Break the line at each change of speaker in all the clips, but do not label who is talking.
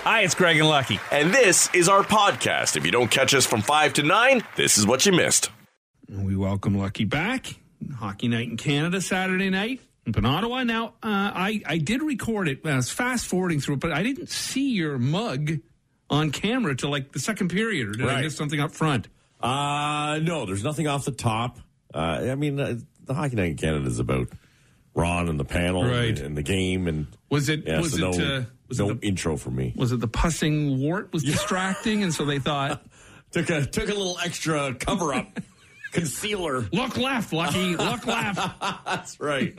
Hi, it's Greg and Lucky.
And this is our podcast. If you don't catch us from 5 to 9, this is what you missed.
We welcome Lucky back. Hockey night in Canada Saturday night up in Ottawa. Now, uh, I, I did record it. I was fast forwarding through it, but I didn't see your mug on camera till like the second period, or did I
Right.
miss something up front?
Uh, no, there's nothing off the top. Uh, I mean, uh, the Hockey Night in Canada is about Ron and the panel
Right.
and, and the game. And
Was it-
Yeah,
was
so
it,
no,
uh, was
no
it the-
intro for me.
Was it the pussing wart was distracting, and so they thought,
Took a took a little extra cover up concealer.
"Look left, Lucky, look left."
That's right.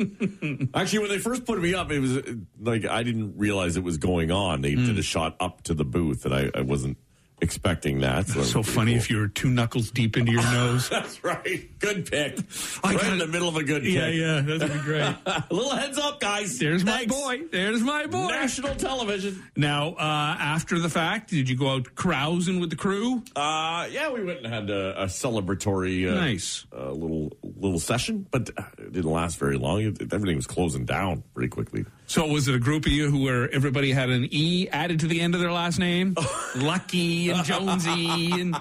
Actually, when they first put me up, it was uh, like I didn't realize it was going on. They
Hmm.
did a shot up to the booth, and I, I wasn't expecting that. So, that was
so
pretty
funny
cool.
if you were two knuckles deep into your nose.
That's right. Good pick.
I
right
got
in
it.
the middle of a good
yeah,
pick.
yeah, that'd be great.
A little heads up, guys.
There's my
Thanks.
boy. There's my boy.
National television.
Now, uh, after the fact, did you go out carousing with the crew?
Uh, yeah, we went and had a, a celebratory, uh,
Nice.
uh, little little session, but uh, it didn't last very long. It, everything was closing down pretty quickly.
So, was it a group of you who were everybody had an E added to the end of their last name? Lucky and Jonesy, and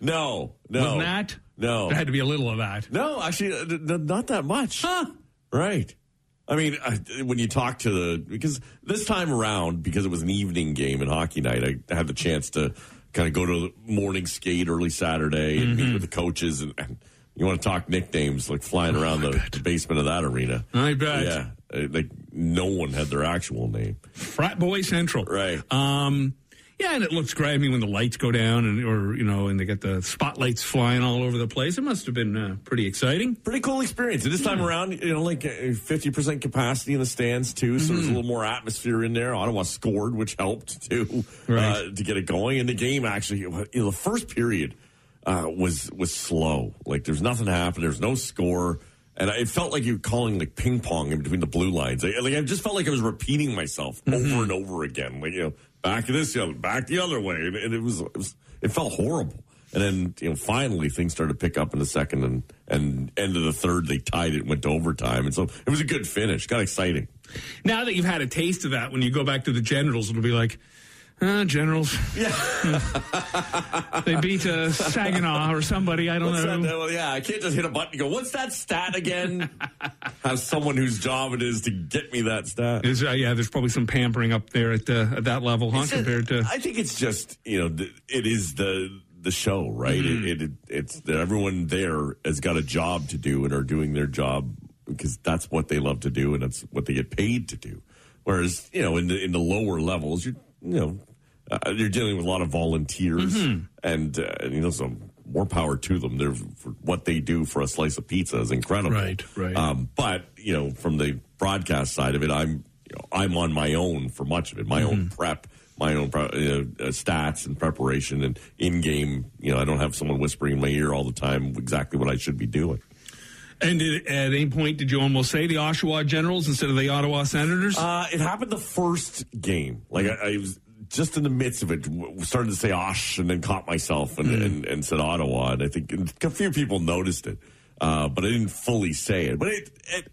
No, no,
wasn't that?
no,
There had to be a little of that.
no. Actually, uh, n- n- not that much.
Huh?
Right. I mean, I, when you talk to the because this time around, because it was an evening game and hockey night, I had the chance to kind of go to the morning skate early Saturday and
Mm-hmm.
meet with the coaches, and, and you want to talk nicknames like flying around the, the basement of that arena.
Oh, I bet.
Yeah, uh, like no one had their actual name.
Frat Boy Central.
Right.
Um, yeah, and it looks great. I mean, when the lights go down, and or you know, and they get the spotlights flying all over the place, it must have been uh, pretty exciting.
Pretty cool experience. And this time around, you know, like uh, fifty percent capacity in the stands too, so there's a little more atmosphere in there. Ottawa scored, which helped too
Right.
uh, to get it going. And the game actually, you know, the first period uh, was was slow. Like there's nothing happened. There's no score, and I, it felt like you were calling like ping pong in between the blue lines. Like, like I just felt like I was repeating myself over and over again. Like you know, back this, you know, back the other way, and, and it, was, it was it felt horrible. And then you know, finally things started to pick up in the second and and end of the third. They tied it, went to overtime, and so it was a good finish. Got exciting.
Now that you've had a taste of that, when you go back to the Generals, it'll be like, uh, Generals. they beat uh, Saginaw or somebody. I don't
What's
know.
that? uh, Well, yeah, I can't just hit a button and go, what's that stat again? Have someone whose job it is to get me that stat.
There's, uh, yeah, there's probably some pampering up there at, uh, at that level, huh?
It's just-
Compared to
I think it's just, you know, th- it is the the show, right?
Mm-hmm.
It, it, it's that everyone there has got a job to do and are doing their job because that's what they love to do and that's what they get paid to do. Whereas, you know, in the in the lower levels, you're, you know, uh, you're dealing with a lot of volunteers
Mm-hmm.
and, uh, you know, some more power to them. They're for what they do for a slice of pizza is incredible.
Right, right.
Um, but you know, from the broadcast side of it, I'm you know, I'm on my own for much of it. My
Mm-hmm.
own prep, my own pro- uh, uh, stats and preparation and in game. You know, I don't have someone whispering in my ear all the time exactly what I should be doing.
and did, at any point did you almost say the Oshawa Generals instead of the Ottawa Senators?
Uh, it happened the first game. Like I, I was just in the midst of it, w- started to say "osh" and then caught myself
Mm.
and, and, and said Ottawa. And I think and a few people noticed it, uh, but I didn't fully say it. But it, it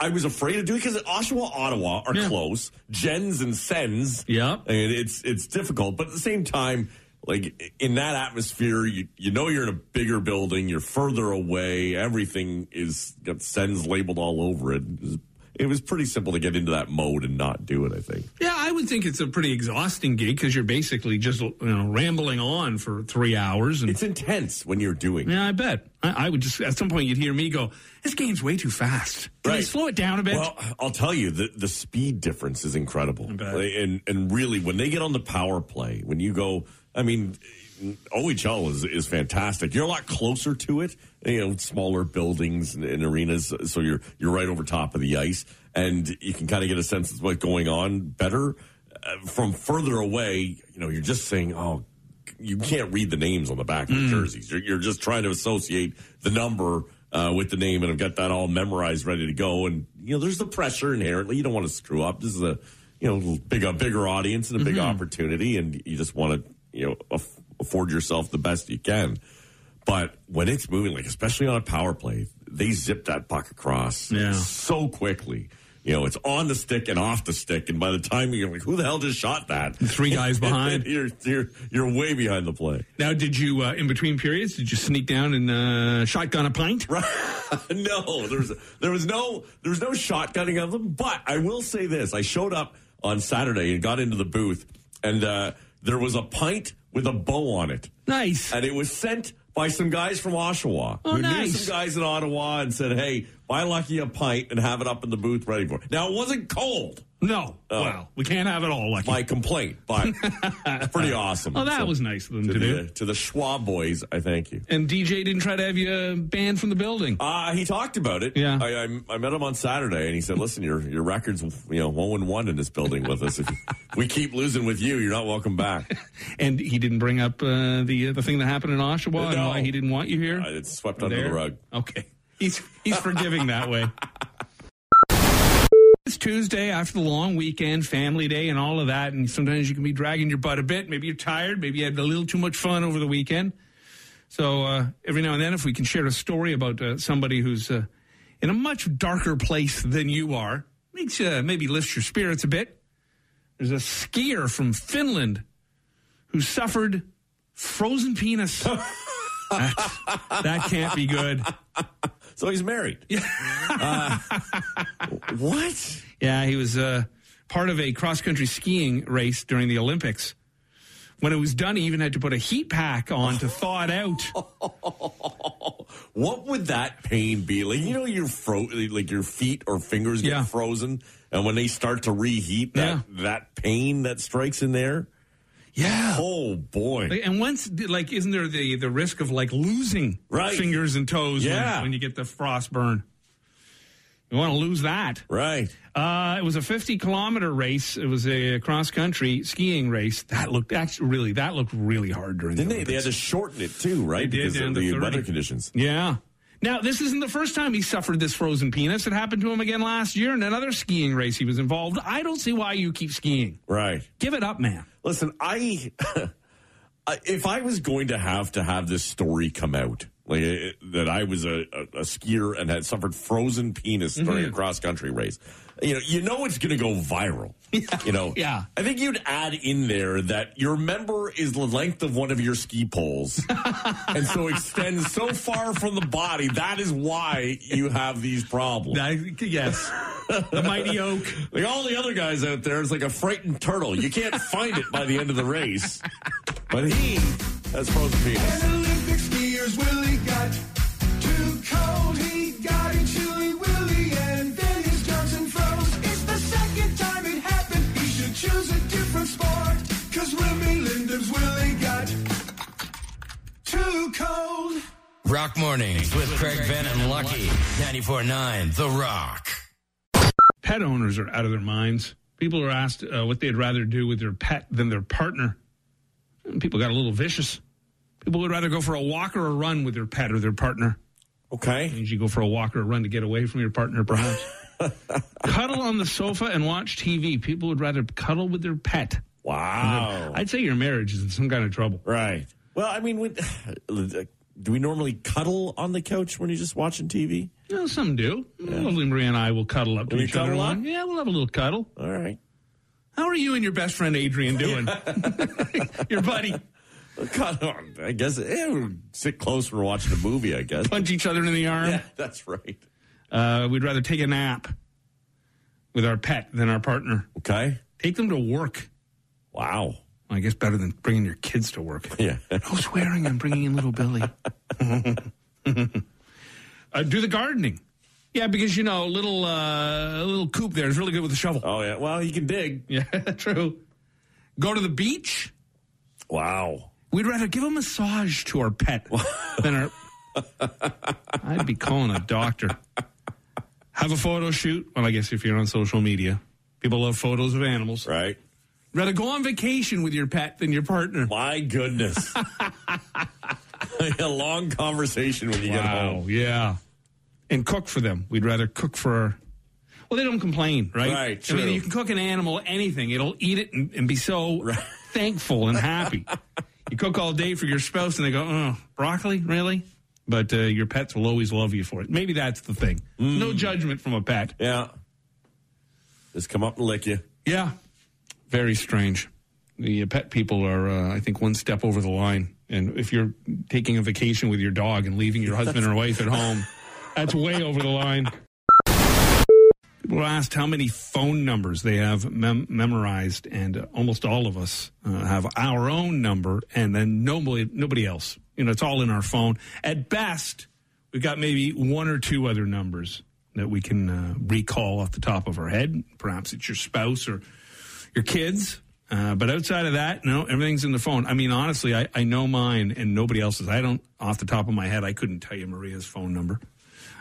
I was afraid to do it because Oshawa, Ottawa are
Yeah.
close. Gens and Sens.
Yep.
and it's it's difficult. But at the same time. Like in that atmosphere, you you know you're in a bigger building, you're further away. Everything is got sends labeled all over it. It was- It was pretty simple to get into that mode and not do it. I think.
yeah, I would think it's a pretty exhausting gig because you're basically just you know, rambling on for three hours. And
It's intense when you're doing. it.
yeah, I bet I, I would just at some point you'd hear me go, "This game's way too fast. Can they
Right.
slow it down a bit?"
Well, I'll tell you, the, the speed difference is incredible.
bet.
Like, And and really, when they get on the power play, when you go, I mean, OHL is, is fantastic. You're a lot closer to it. You know, smaller buildings and, and arenas, so you're you're right over top of the ice, and you can kind of get a sense of what's going on better. Uh, from further away, you know, you're just saying, oh. You can't read the names on the back of the jerseys. You're, you're just trying to associate the number uh, with the name, and I've got that all memorized, ready to go. And you know, there's the pressure inherently. You don't want to screw up. This is a you know big a bigger audience and a big opportunity, and you just want to you know aff- afford yourself the best you can. But when it's moving, like especially on a power play, they zip that puck across
Yeah.
so quickly. You know, it's on the stick and off the stick. And by the time you're like, who the hell just shot that?
Three guys behind.
you're, you're, you're way behind the play.
Now, did you uh, in between periods? Did you sneak down and uh, shotgun a pint?
no, there was there was no there was no shotgunning of them. But I will say this: I showed up on Saturday and got into the booth, and uh, there was a pint with a bow on it,
Nice.
and it was sent by some guys from Oshawa
Oh,
who knew
nice.
some guys in Ottawa and said, "Hey, buy Lucky a pint and have it up in the booth ready for." It. Now it wasn't cold.
No. Well, we can't have it all, Lucky.
uh, My complaint, but it's pretty awesome.
oh, that
So,
was nice of them to,
to
do.
the, to the Schwab boys. I thank you.
And DJ didn't try to have you uh, banned from the building.
Uh, he talked about it.
Yeah.
I, I, I met him on Saturday, and he said, "Listen, your your records, you know, one and one in this building with us. If we keep losing with you, you're not welcome back.
and he didn't bring up uh, the uh, the thing that happened in Oshawa and
No.
why he didn't want you here.
Uh, It's swept under
There?
the rug.
Okay. He's he's forgiving that way. It's Tuesday after the long weekend, family day, and all of that. And sometimes you can be dragging your butt a bit. Maybe you're tired. Maybe you had a little too much fun over the weekend. So uh, every now and then, if we can share a story about uh, somebody who's uh, in a much darker place than you are, makes you uh, maybe lift your spirits a bit. There's a skier from Finland who suffered frozen penis. That's- that can't be good.
So he's married. Yeah. what?
Yeah, he was uh, part of a cross country skiing race during the Olympics. When it was done, he even had to put a heat pack on to thaw it out.
What would that pain be like? You know, your fro- like your feet or fingers get
Yeah.
frozen, and when they start to reheat, that that pain that strikes in there.
Yeah.
Oh boy.
And once, like, isn't there the, the risk of like losing
Right.
fingers and toes when-
Yeah.
when, you get the frost burn? You want to lose that.
Right.
Uh, it was a 50 kilometer race. It was a cross country skiing race. That looked actually really, that looked really hard during
Then
the
they, they had to shorten it too, right?
They did,
because
down
of
to
the
30.
weather conditions.
Yeah. Now, this isn't the first time he suffered this frozen penis. It happened to him again last year in another skiing race he was involved. I don't see why you keep skiing.
Right.
Give it up, man.
Listen, I I- if I was going to have to have this story come out, like uh, that I was a, a, a skier and had suffered frozen penis during
Mm-hmm.
a cross country race, you know, you know it's going to go viral. You know,
Yeah.
I think you'd add in there that your member is the length of one of your ski poles, and so extends so far from the body. That is why you have these problems.
yes. the mighty oak.
Like all the other guys out there, it's like a frightened turtle. You can't find it by the end of the race. But he has frozen penis.
An Olympic skiers Willie got too cold. He got a chilly Willie, and then his Johnson froze. It's the second time it happened. He should choose a different sport. Cause Remy Linden's Willie got too cold.
Rock Mornings with Craig Venn and Lucky. 94.9 The Rock.
Pet owners are out of their minds. People are asked uh, what they'd rather do with their pet than their partner. And people got a little vicious. People would rather go for a walk or a run with their pet or their partner.
Okay.
means you go for a walk or a run to get away from your partner, perhaps. cuddle on the sofa and watch TV. People would rather cuddle with their pet.
Wow.
I'd say your marriage is in some kind of trouble.
right. Well, I mean, when, do we normally cuddle on the couch when you're just watching TV?
You know, some do. Lovely Maria and I will cuddle up to
Will you
each other.
cuddle
one-
up?
Yeah, we'll have a little cuddle.
All right.
How are you and your best friend Adrian doing? your buddy
Cuddle. I guess eh, we sit close when we're watching a movie, I guess.
punch each other in the arm.
Yeah, that's right.
Uh, we'd rather take a nap with our pet than our partner.
Okay.
Take them to work.
Wow.
Well, I guess better than bringing your kids to work.
Yeah.
No swearing. I'm bringing in little Billy. uh, do the gardening. Yeah, because you know, little uh, little coop there is really good with a shovel.
Oh, yeah. Well, you can dig.
Yeah, true. Go to the beach.
Wow.
We'd rather give a massage to our pet than our. I'd be calling a doctor. Have a photo shoot. Well, I guess if you're on social media, people love photos of animals.
Right.
Rather go on vacation with your pet than your partner.
My goodness. a long conversation when you get home.
Wow, yeah. And cook for them. We'd rather cook for. Well, they don't complain, right?
Right,
I
true.
mean, you can cook an animal anything; it'll eat it and, and be so thankful and happy. you cook all day for your spouse, and they go, "Oh, broccoli, really?" But uh,
Hmm.
your pets will always love you for it. Maybe that's the thing. No judgment from a pet.
Yeah. Just come up and lick you.
Yeah, very strange. The uh, pet people are, uh, I think, one step over the line. And if you're taking a vacation with your dog and leaving your husband or wife at home, that's way over the line. People asked how many phone numbers they have mem- memorized, and uh, almost all of us uh, have our own number, and then nobody, nobody else. You know, it's all in our phone. At best, we've got maybe one or two other numbers that we can uh, recall off the top of our head. Perhaps it's your spouse or your kids. Uh, but outside of that, no, everything's in the phone. I mean, honestly, I, I know mine and nobody else's. I don't, off the top of my head, I couldn't tell you Maria's phone number.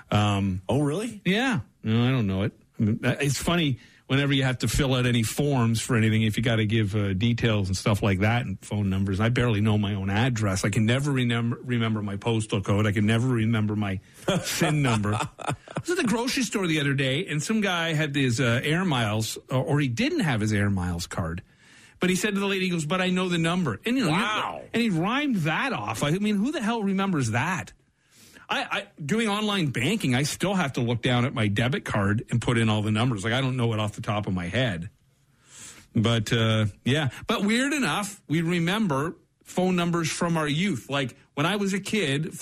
Oh, really?
Yeah. No, I don't know it. I mean, uh, It's funny whenever you have to fill out any forms for anything, if you got to give uh, details and stuff like that and phone numbers. I barely know my own address. I can never remember, remember my postal code. I can never remember my SIN number. I was at the grocery store the other day and some guy had his uh, air miles, or, or he didn't have his air miles card. But he said to the lady, he goes, but I know the number. And, you know,
Wow.
and he rhymed that off. I mean, who the hell remembers that? I, I doing online banking, I still have to look down at my debit card and put in all the numbers. Like I don't know it off the top of my head. But uh, yeah, but weird enough, we remember phone numbers from our youth. Like when I was a kid,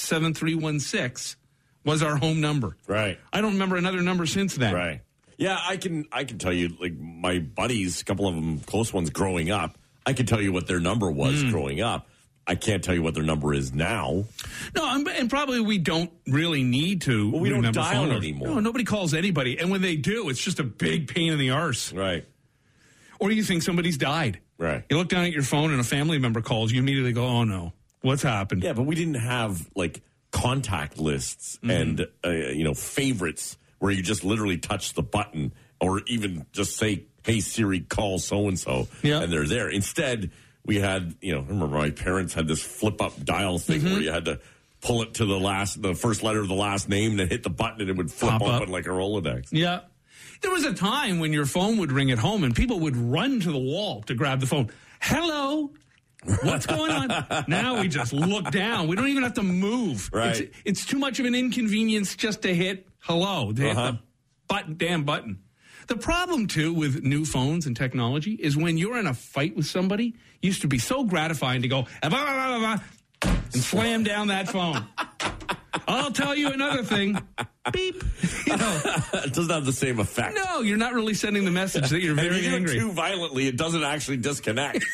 457-7316 was our home number.
Right.
I don't remember another number since then.
Right. Yeah, I can I can tell you like my buddies, a couple of them close ones growing up. I can tell you what their number was growing up. I can't tell you what their number is now.
No, and, and probably we don't really need to.
we don't
remember
dial
phone numbers.
anymore.
No, nobody calls anybody, and when they do, it's just a big pain in the arse.
Right.
or you think somebody's died.
Right.
You look down at your phone and a family member calls, you immediately go, oh no, what's happened?
Yeah, but we didn't have like contact lists and uh, you know favorites where you just literally touch the button or even just say, "Hey Siri, call so and so,"
Yeah.
and they're there. Instead, we had you know I remember my parents had this flip up dial thing where you had to pull it to the last the first letter of the last name, then hit the button, and it would flip
Pop up.
open like a Rolodex.
Yeah. There was a time when your phone would ring at home and people would run to the wall to grab the phone. Hello. What's going on? now we just look down. We don't even have to move.
Right.
It's, it's too much of an inconvenience just to hit hello, to hit
Uh-huh.
the button, damn button. The problem, too, with new phones and technology is when you're in a fight with somebody, it used to be so gratifying to go, "Ah, blah, blah, blah, blah," and slam down that phone. I'll tell you another thing. Beep. You know,
it doesn't have the same effect.
no, you're not really sending the message that you're
And
very
if you do
angry.
it too violently, it doesn't actually disconnect.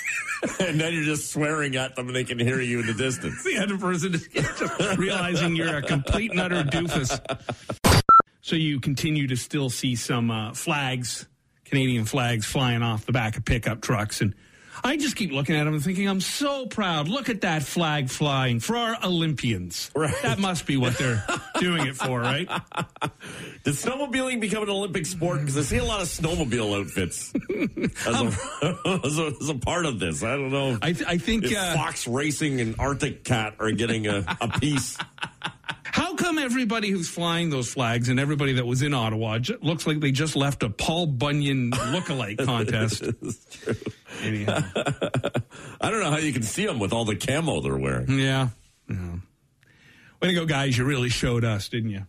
and then you're just swearing at them and they can hear you in the distance.
the other person is just realizing you're a complete and utter doofus. So you continue to still see some uh, flags, Canadian flags, flying off the back of pickup trucks, and I just keep looking at them and thinking, I'm so proud. Look at that flag flying for our Olympians.
Right.
That must be what they're doing it for, right?
Did snowmobiling become an Olympic sport? Because I see a lot of snowmobile outfits as a, as, a, as a part of this. I don't know.
I, th- I think.
if
Uh,
Fox Racing and Arctic Cat are getting a, a piece.
How come everybody who's flying those flags and everybody that was in Ottawa j- looks like they just left a Paul Bunyan lookalike contest? Anyhow,
I don't know how you can see them with all the camo they're wearing.
yeah. yeah. Way to go, guys. You really showed us, didn't you?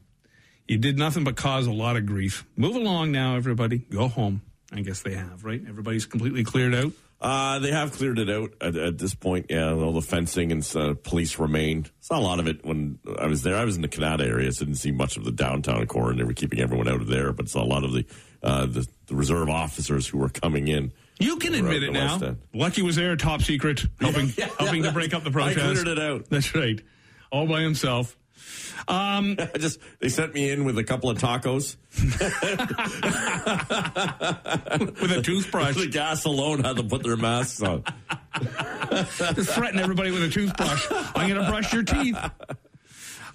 You did nothing but cause a lot of grief. Move along now, everybody. Go home. I guess they have, right? Everybody's completely cleared out.
Uh, they have cleared it out at, at this point. Yeah, all the fencing and uh, police remained. Saw a lot of it when I was there. I was in the Canada area, so didn't see much of the downtown core, and they were keeping everyone out of there. But saw a lot of the uh, the, the reserve officers who were coming in.
You can
We're out in
admit it
the
now.
West End.
Lucky was there, top secret, helping helping to break up the
I
protest.
cleared it out.
That's right, all by himself. Um,
I just they sent me in with a couple of tacos.
with a toothbrush.
the gas alone had to put their masks on.
threaten everybody with a toothbrush. I'm going to brush your teeth.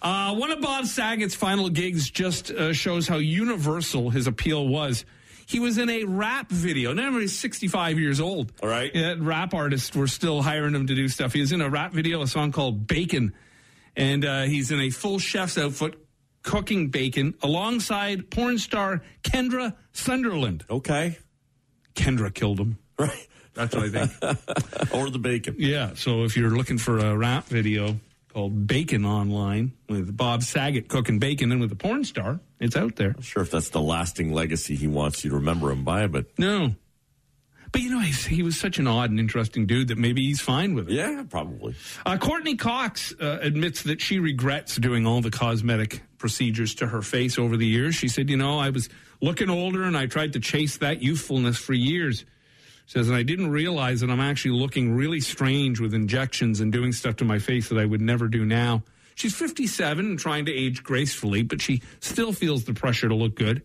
Uh, one of Bob Saget's final gigs just uh, shows how universal his appeal was. He was in a rap video. Now he's 65 years old.
All right.
Yeah, rap artists were still hiring him to do stuff. He was in a rap video, a song called Bacon. And uh, he's in a full chef's outfit cooking bacon alongside porn star Kendra Sunderland.
Okay,
Kendra killed him.
right
That's what I think.
or the bacon.
Yeah, so if you're looking for a rap video, called Bacon Online with Bob Saget cooking bacon and with a porn star. It's out there.
Sure, if that's the lasting legacy he wants you to remember him by, but
No. But you know, he's, he was such an odd and interesting dude that maybe he's fine with it.
yeah, probably.
Uh, Courtney Cox uh, admits that she regrets doing all the cosmetic procedures to her face over the years. She said, "You know, I was looking older and I tried to chase that youthfulness for years." Says, and I didn't realize that I'm actually looking really strange with injections and doing stuff to my face that I would never do now. She's 57 and trying to age gracefully, but she still feels the pressure to look good.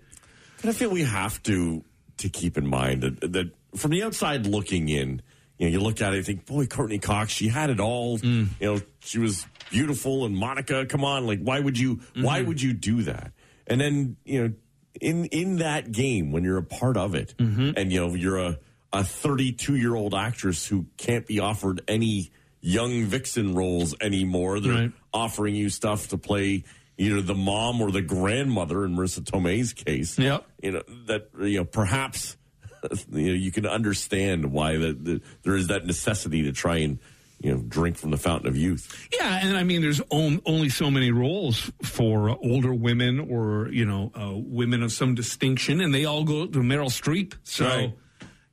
And I feel we have to to keep in mind that, that from the outside looking in, you know, you look at it and think, boy, Courtney Cox, she had it all. You know, she was beautiful and Monica, come on, like why would you why would you do that? And then, you know, in in that game when you're a part of it and you know, you're a a 32-year-old actress who can't be offered any young vixen roles anymore. They're
Right.
offering you stuff to play either the mom or the grandmother in Marissa Tomei's case
Yep.
you know that you know perhaps you know you can understand why that the, there is that necessity to try and you know drink from the fountain of youth.
Yeah, and I mean, there's on, only so many roles for uh, older women or you know uh, women of some distinction, and they all go to Meryl Streep. So,
Right.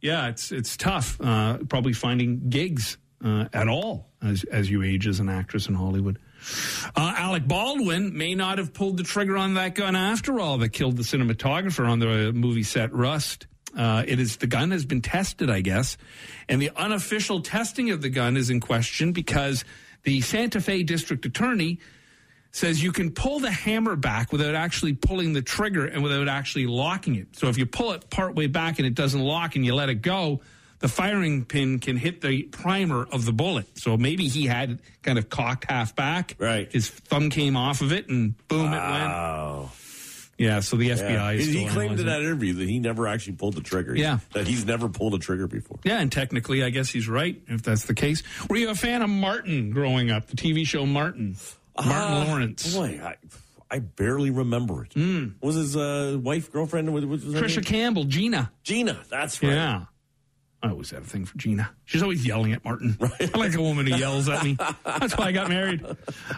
yeah, it's it's tough. Uh, probably finding gigs uh, at all as as you age as an actress in Hollywood. Uh, Alec Baldwin may not have pulled the trigger on that gun after all that killed the cinematographer on the movie set Rust. Uh, it is the gun has been tested, I guess, and the unofficial testing of the gun is in question because the Santa Fe District Attorney says you can pull the hammer back without actually pulling the trigger and without actually locking it. So if you pull it part way back and it doesn't lock and you let it go, the firing pin can hit the primer of the bullet. So maybe he had it kind of cocked half back.
Right.
His thumb came off of it and boom, it went.
Wow.
Yeah, so the FBI
Yeah.
is
Ah. He,
still
he claimed in
analyzing it.
that interview that he never actually pulled the trigger.
Yeah.
That he's never pulled a trigger before.
Yeah, and technically, I guess he's right if that's the case. Were you a fan of Martin growing up, the TV show Martin? Martin
Ah,
Lawrence. Hmm.
Boy, I, I barely remember it. Was his uh, wife, girlfriend? What, what was her
Trisha
name?
Campbell, Gina.
Gina. That's right.
Yeah. I always have a thing for Gina. She's always yelling at Martin. I like a woman who yells at me. That's why I got married.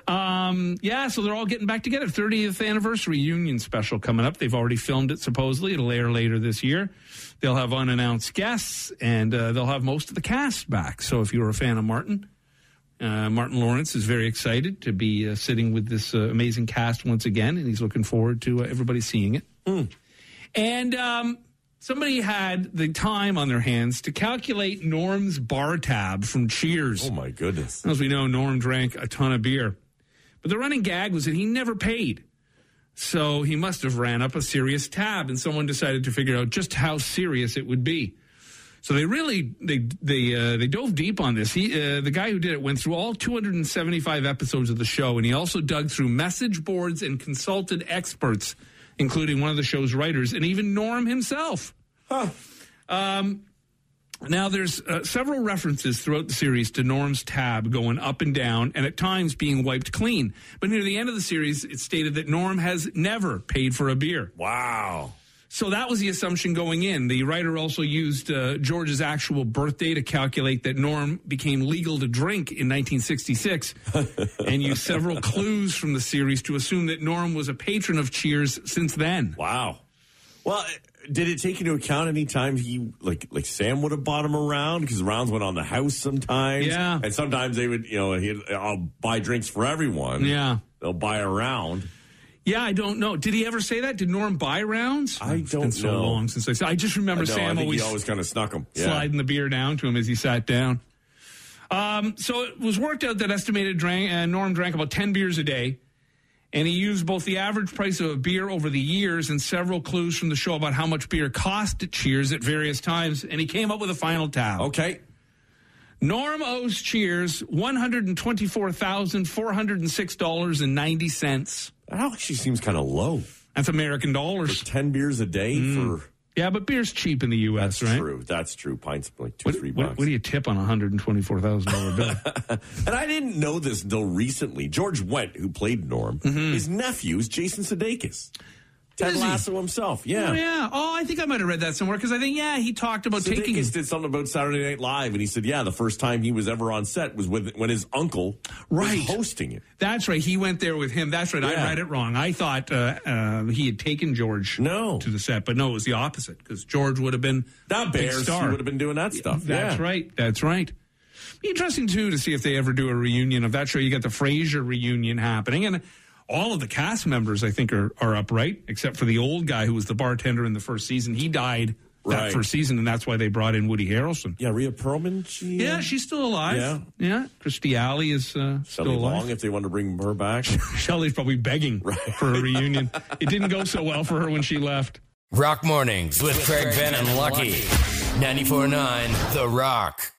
Um, yeah, so they're all getting back together. 30th anniversary union special coming up. They've already filmed it, supposedly. It'll air later this year. They'll have unannounced guests, and uh, they'll have most of the cast back. So if you're a fan of Martin, uh, Martin Lawrence is very excited to be uh, sitting with this uh, amazing cast once again, and he's looking forward to uh, everybody seeing it. And um, somebody had the time on their hands to calculate Norm's bar tab from Cheers.
Oh my goodness.
As we know, Norm drank a ton of beer. But the running gag was that he never paid. So he must have ran up a serious tab and someone decided to figure out just how serious it would be. So they really they they uh, they dove deep on this. He uh, the guy who did it went through all 275 episodes of the show and he also dug through message boards and consulted experts including one of the show's writers and even Norm himself. Now, there's uh, several references throughout the series to Norm's tab going up and down and at times being wiped clean. But near the end of the series, it's stated that Norm has never paid for a beer.
Wow.
So that was the assumption going in. The writer also used uh, George's actual birthday to calculate that Norm became legal to drink in 1966 and used several clues from the series to assume that Norm was a patron of Cheers since then.
Wow. Well, did it take into account any time he like like Sam would have bought him around because rounds went on the house sometimes.
Yeah.
and sometimes they would you know he'd, I'll buy drinks for everyone.
Yeah.
they'll buy a round.
Yeah, I don't know. Did he ever say that? Did Norm buy rounds?
I
It's
don't
been so
know.
long since I said. I just remember
No, I
Sam
think
always,
he always kind of snuck him.
sliding the beer down to him as he sat down. Um, so it was worked out that estimated drank, uh, Norm drank about ten beers a day, and he used both the average price of a beer over the years and several clues from the show about how much beer cost at Cheers at various times, and he came up with a final tab.
Okay.
Norm owes Cheers one hundred and twenty-four thousand four hundred and six dollars and ninety cents.
That actually seems kind of low.
That's American dollars.
Ten beers a day for
Yeah, but beer's cheap in the U.S.,
that's
Mm. right?
true. That's true. Pints for like two,
What,
three
what-
bucks.
what do you tip on a hundred and twenty-four thousand dollar bill?
and I didn't know this until recently. George Wendt, who played Norm, his nephew is Jason Sudeikis. Ted
Does Mm-hmm. he?
Lasso himself. Yeah.
Oh, yeah. Oh, I think I might have read that somewhere because I think yeah, he talked about taking
Sudeikis did something about Saturday Night Live, and he said, "Yeah, the first time he was ever on set was with when his uncle
Right.
was hosting it."
That's right. He went there with him. That's right.
Yeah.
I read it wrong. I thought uh, uh, he had taken George
No.
to the set, but no, it was the opposite because George would have been
That
big
bears
star.
he would have been doing that stuff.
That's
yeah.
right. That's right. Be interesting too to see if they ever do a reunion of that show. You got the Frasier reunion happening, and all of the cast members I think are are up right, except for the old guy who was the bartender in the first season. He died
Right.
that first season, and that's why they brought in Woody Harrelson.
Yeah, Rhea Perlman. She, uh,
Yeah, she's still alive.
Yeah.
yeah. Christy Alley is uh, still
Shelley
alive.
Long. If they want to bring her back,
Shelley's probably begging for a reunion. it didn't go so well for her when she left.
Rock Mornings with Craig Ben and Lucky. 94.9 The Rock.